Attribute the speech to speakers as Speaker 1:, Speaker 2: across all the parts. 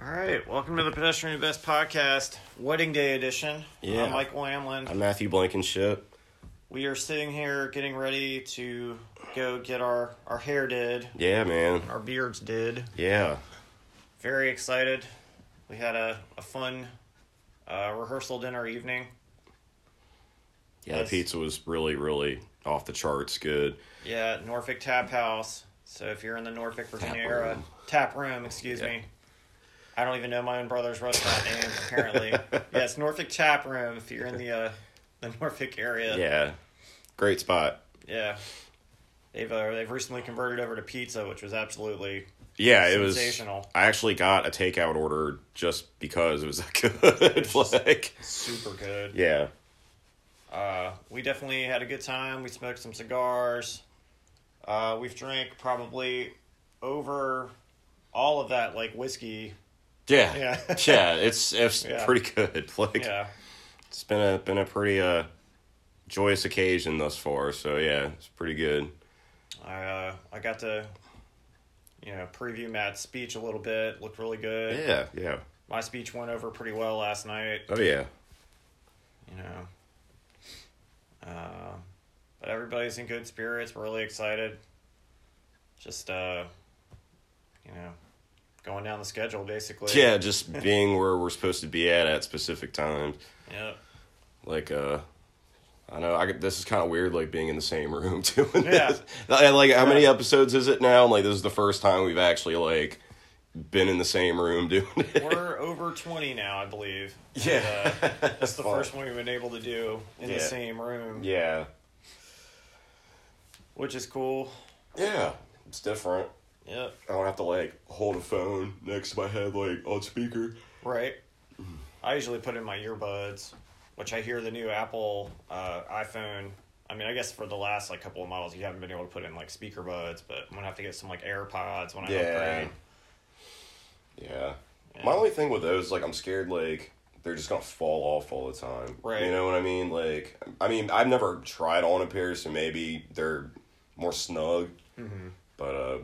Speaker 1: All right, welcome to the Pedestrian Best Podcast, Wedding Day Edition.
Speaker 2: Yeah.
Speaker 1: I'm Michael Amlin.
Speaker 2: I'm Matthew Blankenship.
Speaker 1: We are sitting here getting ready to go get our, our hair did,
Speaker 2: Yeah, man.
Speaker 1: our beards did.
Speaker 2: Yeah.
Speaker 1: Very excited. We had a, a fun uh, rehearsal dinner evening.
Speaker 2: Yeah,
Speaker 1: Yes.
Speaker 2: the pizza was really, really off the charts good.
Speaker 1: Yeah, at Norfolk Tap House. So if you're in the Norfolk, Virginia
Speaker 2: Tap
Speaker 1: area,
Speaker 2: room.
Speaker 1: tap room, excuse me. I don't even know my own brother's restaurant name, apparently. yeah, it's Norfolk Tap Room if you're in the, uh, the Norfolk area.
Speaker 2: Yeah. Great spot.
Speaker 1: Yeah. They've uh, they've recently converted over to pizza, which was absolutely
Speaker 2: Yeah, it was.
Speaker 1: Sensational.
Speaker 2: I actually got a takeout order just because it was that good. like,
Speaker 1: super good.
Speaker 2: yeah.
Speaker 1: Uh, we definitely had a good time. We smoked some cigars. Uh, we've drank probably over all of that like whiskey.
Speaker 2: Yeah.
Speaker 1: Yeah.
Speaker 2: yeah, it's it's
Speaker 1: Yeah.
Speaker 2: pretty good. Like,
Speaker 1: Yeah,
Speaker 2: it's been a been a pretty uh joyous occasion thus far. So yeah, it's pretty good.
Speaker 1: I uh, I got to you know preview Matt's speech a little bit. Looked really good.
Speaker 2: Yeah, yeah.
Speaker 1: My speech went over pretty well last night.
Speaker 2: Oh yeah.
Speaker 1: you know. Uh, but everybody's in good spirits. We're really excited. Just uh, you know, going down the schedule basically.
Speaker 2: Yeah, just being where we're supposed to be at at specific times.
Speaker 1: Yeah.
Speaker 2: like uh I know I could- this is kind of weird like being in the same room doing
Speaker 1: Yeah.
Speaker 2: this. Like, like, how many
Speaker 1: Yeah.
Speaker 2: episodes is it now? Like this is the first time we've actually like been in the same room doing it.
Speaker 1: We're over twenty now, I believe. And,
Speaker 2: Yeah.
Speaker 1: uh, that's the
Speaker 2: Fun.
Speaker 1: first one we've been able to do in
Speaker 2: Yeah.
Speaker 1: the same room,
Speaker 2: Yeah.
Speaker 1: which is cool.
Speaker 2: Yeah. It's different.
Speaker 1: Yep.
Speaker 2: I don't have to like hold a phone next to my head like on speaker.
Speaker 1: Right. I usually put in my earbuds, which I hear the new Apple uh, iPhone. I mean, I guess for the last like couple of models, you haven't been able to put in like speaker buds, but I'm gonna have to get some like AirPods when I
Speaker 2: Yeah.
Speaker 1: upgrade.
Speaker 2: Yeah.
Speaker 1: Yeah.
Speaker 2: My only thing with those is like I'm scared like they're just gonna fall off all the time.
Speaker 1: Right.
Speaker 2: You know what I mean? Like I mean I've never tried on a pair, so maybe they're more snug.
Speaker 1: Mhm.
Speaker 2: But uh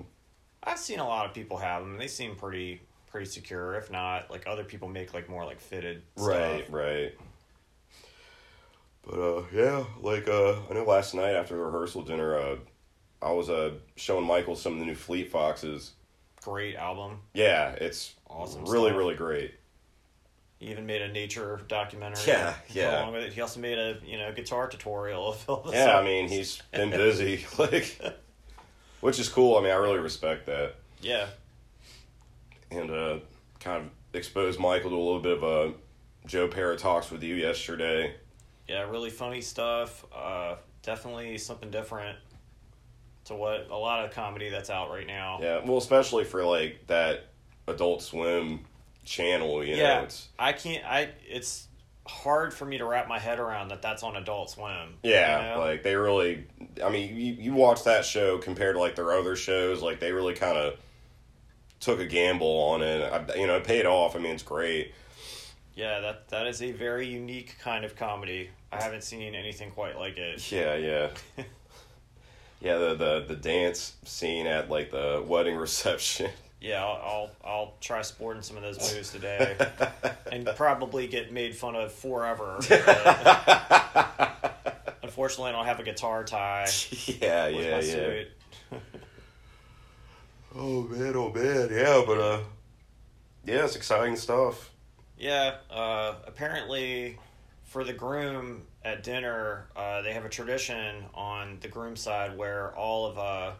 Speaker 1: I've seen a lot of people have them. and They seem pretty pretty secure. If not, like other people make like more like fitted.
Speaker 2: Right,
Speaker 1: Stuff.
Speaker 2: right. But uh yeah, like uh I know last night after the rehearsal dinner, uh I was uh showing Michael some of the new Fleet Foxes.
Speaker 1: Great album.
Speaker 2: Yeah, it's
Speaker 1: Awesome
Speaker 2: really,
Speaker 1: stuff.
Speaker 2: really great.
Speaker 1: He even made a nature documentary.
Speaker 2: Yeah, yeah.
Speaker 1: Along with it, he also made a you know guitar tutorial of all the
Speaker 2: Yeah, I
Speaker 1: songs.
Speaker 2: mean he's been busy, like which is cool. I mean I really respect that.
Speaker 1: yeah,
Speaker 2: And uh kind of exposed Michael to a little bit of uh Joe Paratox with you yesterday.
Speaker 1: Yeah, really funny stuff. Uh, definitely something different to what a lot of comedy that's out right now.
Speaker 2: Yeah, well especially for like that adult swim channel, you
Speaker 1: Yeah.
Speaker 2: know, it's
Speaker 1: I can't. I it's hard for me to wrap my head around that that's on Adult Swim.
Speaker 2: Yeah,
Speaker 1: you know?
Speaker 2: like they really. I mean, you, you watch that show compared to like their other shows. Like they really kind of took a gamble on it. I, you know, it paid off. I mean, it's great.
Speaker 1: yeah, that that is a very unique kind of comedy. I haven't seen anything quite like it.
Speaker 2: Yeah, yeah, yeah. The the the dance scene at like the wedding reception.
Speaker 1: Yeah, I'll I'll, I'll try sporting some of those moves today, and probably get made fun of forever. but Unfortunately, I don't have a guitar tie.
Speaker 2: yeah,
Speaker 1: With
Speaker 2: yeah,
Speaker 1: my
Speaker 2: yeah.
Speaker 1: suit.
Speaker 2: Oh man, oh man, yeah, but uh, yeah, it's exciting stuff.
Speaker 1: Yeah, uh, apparently for the groom at dinner, uh, they have a tradition on the groom side where all of uh,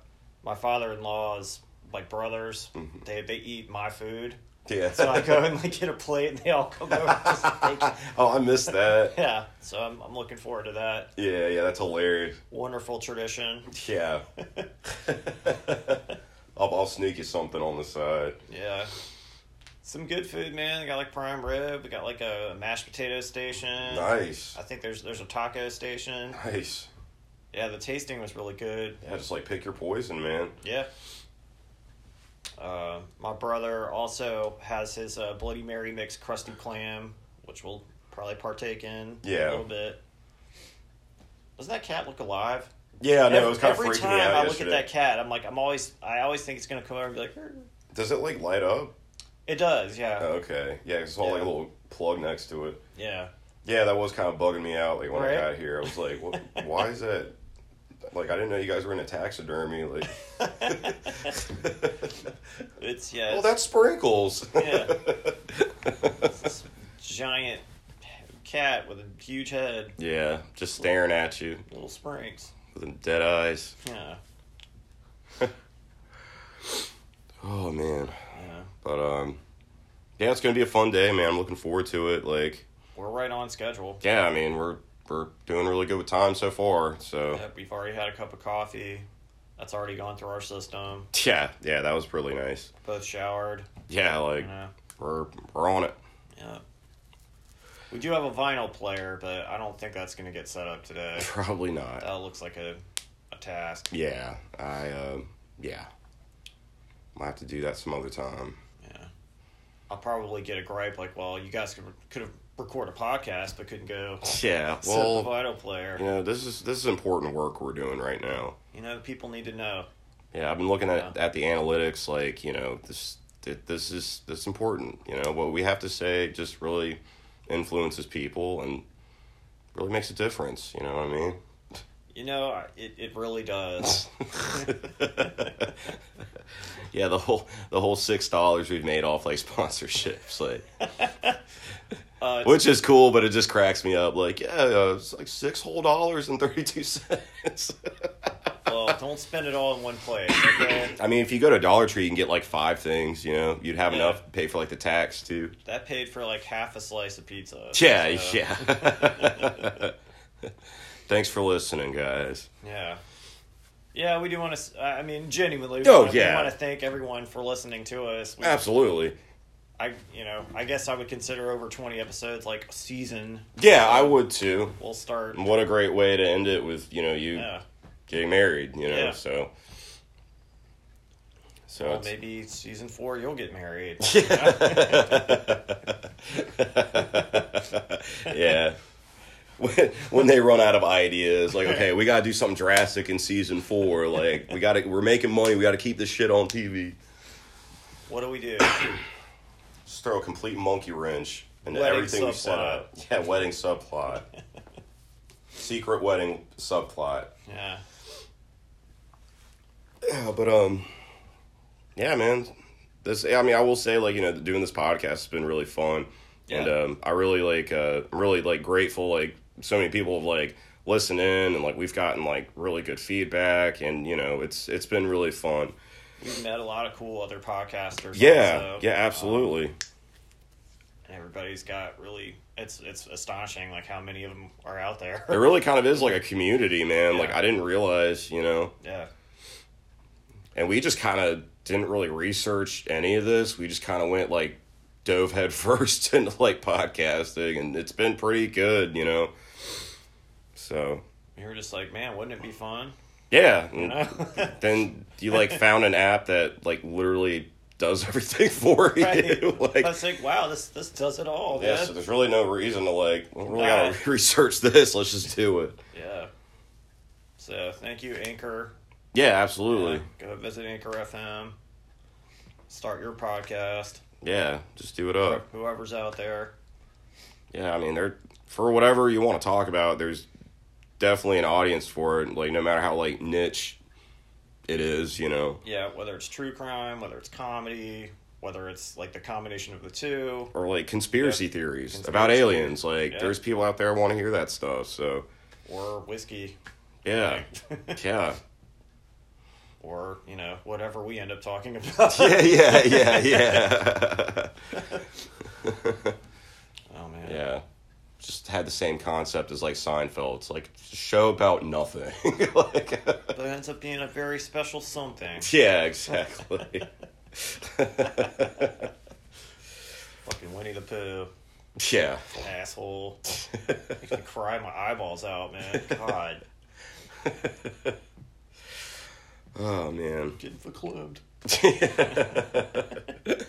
Speaker 1: my father-in-law's like brothers, they they eat my food.
Speaker 2: Yeah.
Speaker 1: So I go and like uh, get a plate, and they all come over. Just take it.
Speaker 2: oh, I missed that.
Speaker 1: Yeah, so I'm I'm looking forward to that
Speaker 2: Yeah, yeah, that's hilarious.
Speaker 1: wonderful tradition.
Speaker 2: Yeah. I'll, I'll sneak you something on the side.
Speaker 1: Yeah. Some good food, man. We got like prime rib. We got like a mashed potato station.
Speaker 2: Nice.
Speaker 1: I think there's there's a taco station.
Speaker 2: Nice.
Speaker 1: Yeah, the tasting was really good.
Speaker 2: Yeah, just like pick your poison, man.
Speaker 1: Yeah. Uh, my brother also has his uh, Bloody Mary mixed crusty clam, which we'll probably partake in
Speaker 2: Yeah.
Speaker 1: a little bit. Doesn't that cat look alive?
Speaker 2: Yeah, I know.
Speaker 1: every
Speaker 2: It was kind of
Speaker 1: every
Speaker 2: freaking
Speaker 1: time
Speaker 2: me out
Speaker 1: I look
Speaker 2: yesterday.
Speaker 1: at that cat, I'm like, I'm always, I always think it's gonna come over and be like, "Er."
Speaker 2: Does it like light up?
Speaker 1: It does, yeah.
Speaker 2: Oh. Okay. Yeah, 'cause it's all like a
Speaker 1: Yeah.
Speaker 2: little plug next to it.
Speaker 1: Yeah.
Speaker 2: Yeah, that was kind of bugging me out. Like when I
Speaker 1: Right?
Speaker 2: got here, I was like, what, "Why is that?" Like I didn't know you guys were in a taxidermy. Like,
Speaker 1: It's yeah.
Speaker 2: oh,
Speaker 1: it's-
Speaker 2: that's sprinkles.
Speaker 1: Yeah. this giant cat with a huge head,
Speaker 2: yeah, just staring at you
Speaker 1: little springs.
Speaker 2: with them dead eyes.
Speaker 1: Yeah.
Speaker 2: Oh man,
Speaker 1: Yeah.
Speaker 2: but um, yeah, it's gonna be a fun day, man. I'm looking forward to it. Like,
Speaker 1: We're right on schedule.
Speaker 2: yeah, I mean, we're we're doing really good with time so far. So
Speaker 1: Yep, we've already had a cup of coffee. That's already gone through our system.
Speaker 2: yeah, yeah, that was really nice.
Speaker 1: Both showered.
Speaker 2: Yeah,
Speaker 1: You
Speaker 2: like
Speaker 1: know.
Speaker 2: we're we're on it.
Speaker 1: Yeah. We do have a vinyl player, but I don't think that's going to get set up today.
Speaker 2: Probably not.
Speaker 1: That looks like a, a task.
Speaker 2: Yeah, I um, yeah, might have to do that some other time.
Speaker 1: Yeah. I'll probably get a gripe like, well, you guys could, could have record a podcast but couldn't go
Speaker 2: Yeah,
Speaker 1: set up the
Speaker 2: well,
Speaker 1: vinyl player.
Speaker 2: you know, this is this is important work we're doing right now.
Speaker 1: You know, people need to know.
Speaker 2: Yeah, I've been looking at at the analytics, like you know, this th- this is this is important. You know, what we have to say just really influences people and really makes a difference. You know what I mean?
Speaker 1: You know, I- it, it really does.
Speaker 2: yeah, the whole the whole six dollars we've made off like sponsorships, like.
Speaker 1: Uh,
Speaker 2: Which is cool, but it just cracks me up. Like, yeah, uh, it's like six whole dollars and thirty two cents.
Speaker 1: well, don't spend it all in one place. Okay?
Speaker 2: I mean, if you go to Dollar Tree, you can get like five things. You know, you'd have
Speaker 1: Yeah.
Speaker 2: enough to pay for like the tax too.
Speaker 1: that paid for like half a slice of pizza.
Speaker 2: Yeah,
Speaker 1: so,
Speaker 2: yeah. Thanks for listening, guys.
Speaker 1: Yeah. Yeah, we do want to. I mean, genuinely, we
Speaker 2: Oh,
Speaker 1: wanna,
Speaker 2: yeah. Uh,
Speaker 1: we want to thank everyone for listening to us. We,
Speaker 2: Absolutely.
Speaker 1: I, you know, I guess I would consider over twenty episodes like a season.
Speaker 2: Yeah, I would too.
Speaker 1: We'll start.
Speaker 2: And what a great way to end it with you know you
Speaker 1: Yeah,
Speaker 2: getting married. You know,
Speaker 1: Yeah.
Speaker 2: so so
Speaker 1: well,
Speaker 2: it's-
Speaker 1: maybe season four you'll get married.
Speaker 2: yeah. When, when they run out of ideas, like okay, we gotta do something drastic in season four. Like we gotta, we're making money. We gotta keep this shit on TV.
Speaker 1: what do we do?
Speaker 2: Just throw a complete monkey wrench into
Speaker 1: Wedding
Speaker 2: everything we set
Speaker 1: subplot.
Speaker 2: up. Yeah, wedding subplot, secret wedding subplot.
Speaker 1: Yeah,
Speaker 2: Yeah, but um, yeah, man. This, I mean, I will say, like you know, doing this podcast has been really fun, and
Speaker 1: Yeah.
Speaker 2: um, I really like, uh, I'm really like grateful. Like so many people have like listened in, and like we've gotten like really good feedback, and you know, it's it's been really fun.
Speaker 1: we've met a lot of cool other podcasters.
Speaker 2: Yeah,
Speaker 1: also.
Speaker 2: yeah, absolutely.
Speaker 1: And everybody's got really. It's it's astonishing like how many of them are out there.
Speaker 2: it really kind of is like a community, man.
Speaker 1: Yeah.
Speaker 2: Like I didn't realize, you know,
Speaker 1: yeah,
Speaker 2: and we just kind of didn't really research any of this. We just kind of went like dove head first into like podcasting, and it's been pretty good, you know. So
Speaker 1: we were just like, man, wouldn't it be fun?
Speaker 2: yeah,
Speaker 1: You
Speaker 2: and
Speaker 1: know?
Speaker 2: then you like found an app that like literally does everything for you.
Speaker 1: Right. I
Speaker 2: like
Speaker 1: was like, wow, this this does it all,
Speaker 2: yeah,
Speaker 1: man.
Speaker 2: so there's really no reason to like. We don't really
Speaker 1: Nah.
Speaker 2: gotta research this. Let's just do it.
Speaker 1: Yeah. So thank you, Anchor. Uh,
Speaker 2: Yeah, absolutely.
Speaker 1: Go visit Anchor FM. Start your podcast.
Speaker 2: yeah just do it up.
Speaker 1: Whoever's out there.
Speaker 2: Yeah, I mean, they're for whatever you want to talk about. There's definitely an audience for it. Like no matter how like niche it is, you know,
Speaker 1: Yeah, whether it's true crime, whether it's comedy, whether it's like the combination of the two.
Speaker 2: or like conspiracy theories about
Speaker 1: Conspiracy
Speaker 2: aliens. Like
Speaker 1: Yeah.
Speaker 2: there's people out there want to hear that stuff. So
Speaker 1: Or whiskey.
Speaker 2: yeah, yeah,
Speaker 1: or, you know, whatever we end up talking about.
Speaker 2: yeah, yeah, yeah, yeah,
Speaker 1: Oh man.
Speaker 2: yeah. Just had the same concept as like Seinfeld. It's like a show about nothing. like,
Speaker 1: But it ends up being a very special something.
Speaker 2: yeah, exactly.
Speaker 1: Fucking Winnie the Pooh.
Speaker 2: yeah.
Speaker 1: Asshole. Makes me cry my eyeballs out, man. God.
Speaker 2: Oh man.
Speaker 1: Getting verklempt.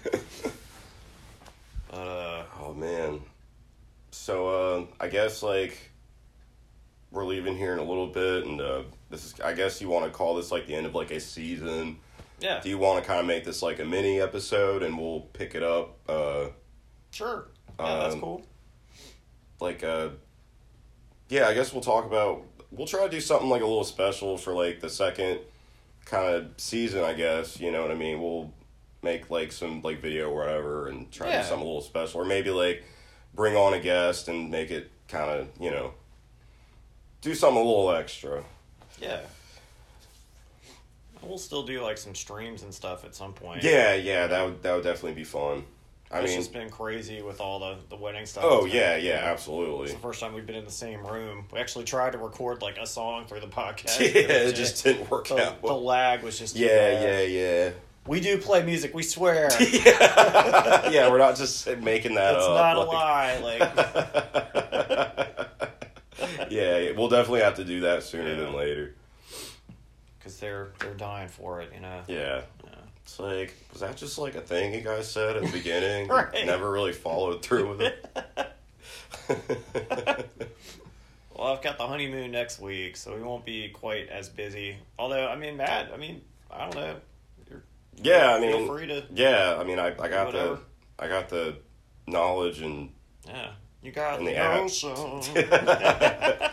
Speaker 1: Uh
Speaker 2: Oh man. So uh, I guess like we're leaving here in a little bit, and uh, this is I guess you want to call this like the end of like a season
Speaker 1: Yeah.
Speaker 2: Do you want to kind of make this like a mini episode and we'll pick it up? Uh,
Speaker 1: Sure. Yeah, that's
Speaker 2: Um,
Speaker 1: cool.
Speaker 2: like, uh, yeah, I guess we'll talk about. We'll try to do something like a little special for like the second kind of season, I guess. You know what I mean? We'll make like some like video or whatever and try to
Speaker 1: Yeah.
Speaker 2: do something a little special. Or maybe like bring on a guest and make it kind of, you know, do something a little extra.
Speaker 1: Yeah. We'll still do like some streams and stuff at some point.
Speaker 2: Yeah, yeah, that would that would definitely be fun. I
Speaker 1: it's
Speaker 2: mean,
Speaker 1: just been crazy with all the the wedding stuff.
Speaker 2: oh
Speaker 1: It's been-
Speaker 2: yeah, yeah,
Speaker 1: It's
Speaker 2: absolutely.
Speaker 1: the first time we've been in the same room. We actually tried to record like a song through the podcast.
Speaker 2: Yeah, it just didn't work
Speaker 1: the,
Speaker 2: out.
Speaker 1: the
Speaker 2: well.
Speaker 1: lag was just too
Speaker 2: yeah,
Speaker 1: bad.
Speaker 2: yeah, yeah,
Speaker 1: We do play music. We swear. it's
Speaker 2: yeah, yeah. We're not just making that up.
Speaker 1: not a
Speaker 2: like-
Speaker 1: lie. Like
Speaker 2: Yeah, yeah, we'll definitely have to do that sooner
Speaker 1: Yeah.
Speaker 2: than later.
Speaker 1: because they're they're dying for it. You know.
Speaker 2: Yeah. It's like, was that just like a thing you guys said at the beginning?
Speaker 1: Right.
Speaker 2: Never really followed through with it.
Speaker 1: Well, I've got the honeymoon next week, so we won't be quite as busy. Although, I mean, Matt, I mean, I don't know. You're,
Speaker 2: Yeah, I
Speaker 1: feel
Speaker 2: mean,
Speaker 1: free to.
Speaker 2: yeah, I mean, I, I got
Speaker 1: Whatever.
Speaker 2: the, I got the knowledge and
Speaker 1: Yeah, you got
Speaker 2: And
Speaker 1: the
Speaker 2: the app.
Speaker 1: notion.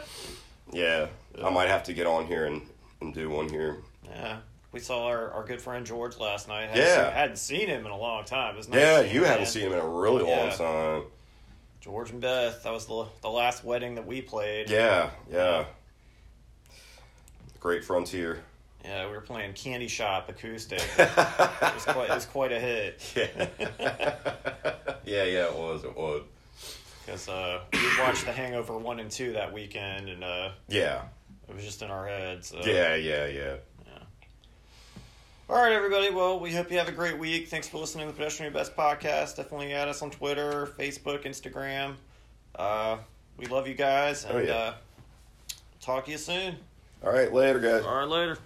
Speaker 2: yeah, I might have to get on here and, and do one here.
Speaker 1: yeah, we saw our, our good friend George last night. Hadn't
Speaker 2: Yeah.
Speaker 1: seen, hadn't seen him in a long time. It was nice
Speaker 2: Yeah,
Speaker 1: seeing
Speaker 2: you
Speaker 1: him,
Speaker 2: haven't
Speaker 1: man.
Speaker 2: seen him in a really long
Speaker 1: Yeah.
Speaker 2: time.
Speaker 1: George and Beth. That was the the last wedding that we played.
Speaker 2: Yeah, yeah. Great Frontier.
Speaker 1: Yeah, we were playing Candy Shop acoustic. it was quite it was quite a hit
Speaker 2: Yeah. yeah, yeah, it was, it was.
Speaker 1: because uh, we watched The Hangover one and two that weekend, and uh,
Speaker 2: Yeah,
Speaker 1: it was just in our heads. So.
Speaker 2: yeah, yeah, yeah.
Speaker 1: All right, everybody. Well, we hope you have a great week. Thanks for listening to the Pedestrian Best Podcast. Definitely add us on Twitter, Facebook, Instagram. Uh, we love you guys, and
Speaker 2: Oh, yeah.
Speaker 1: uh, talk to you soon.
Speaker 2: All right, later, guys.
Speaker 1: All right, later.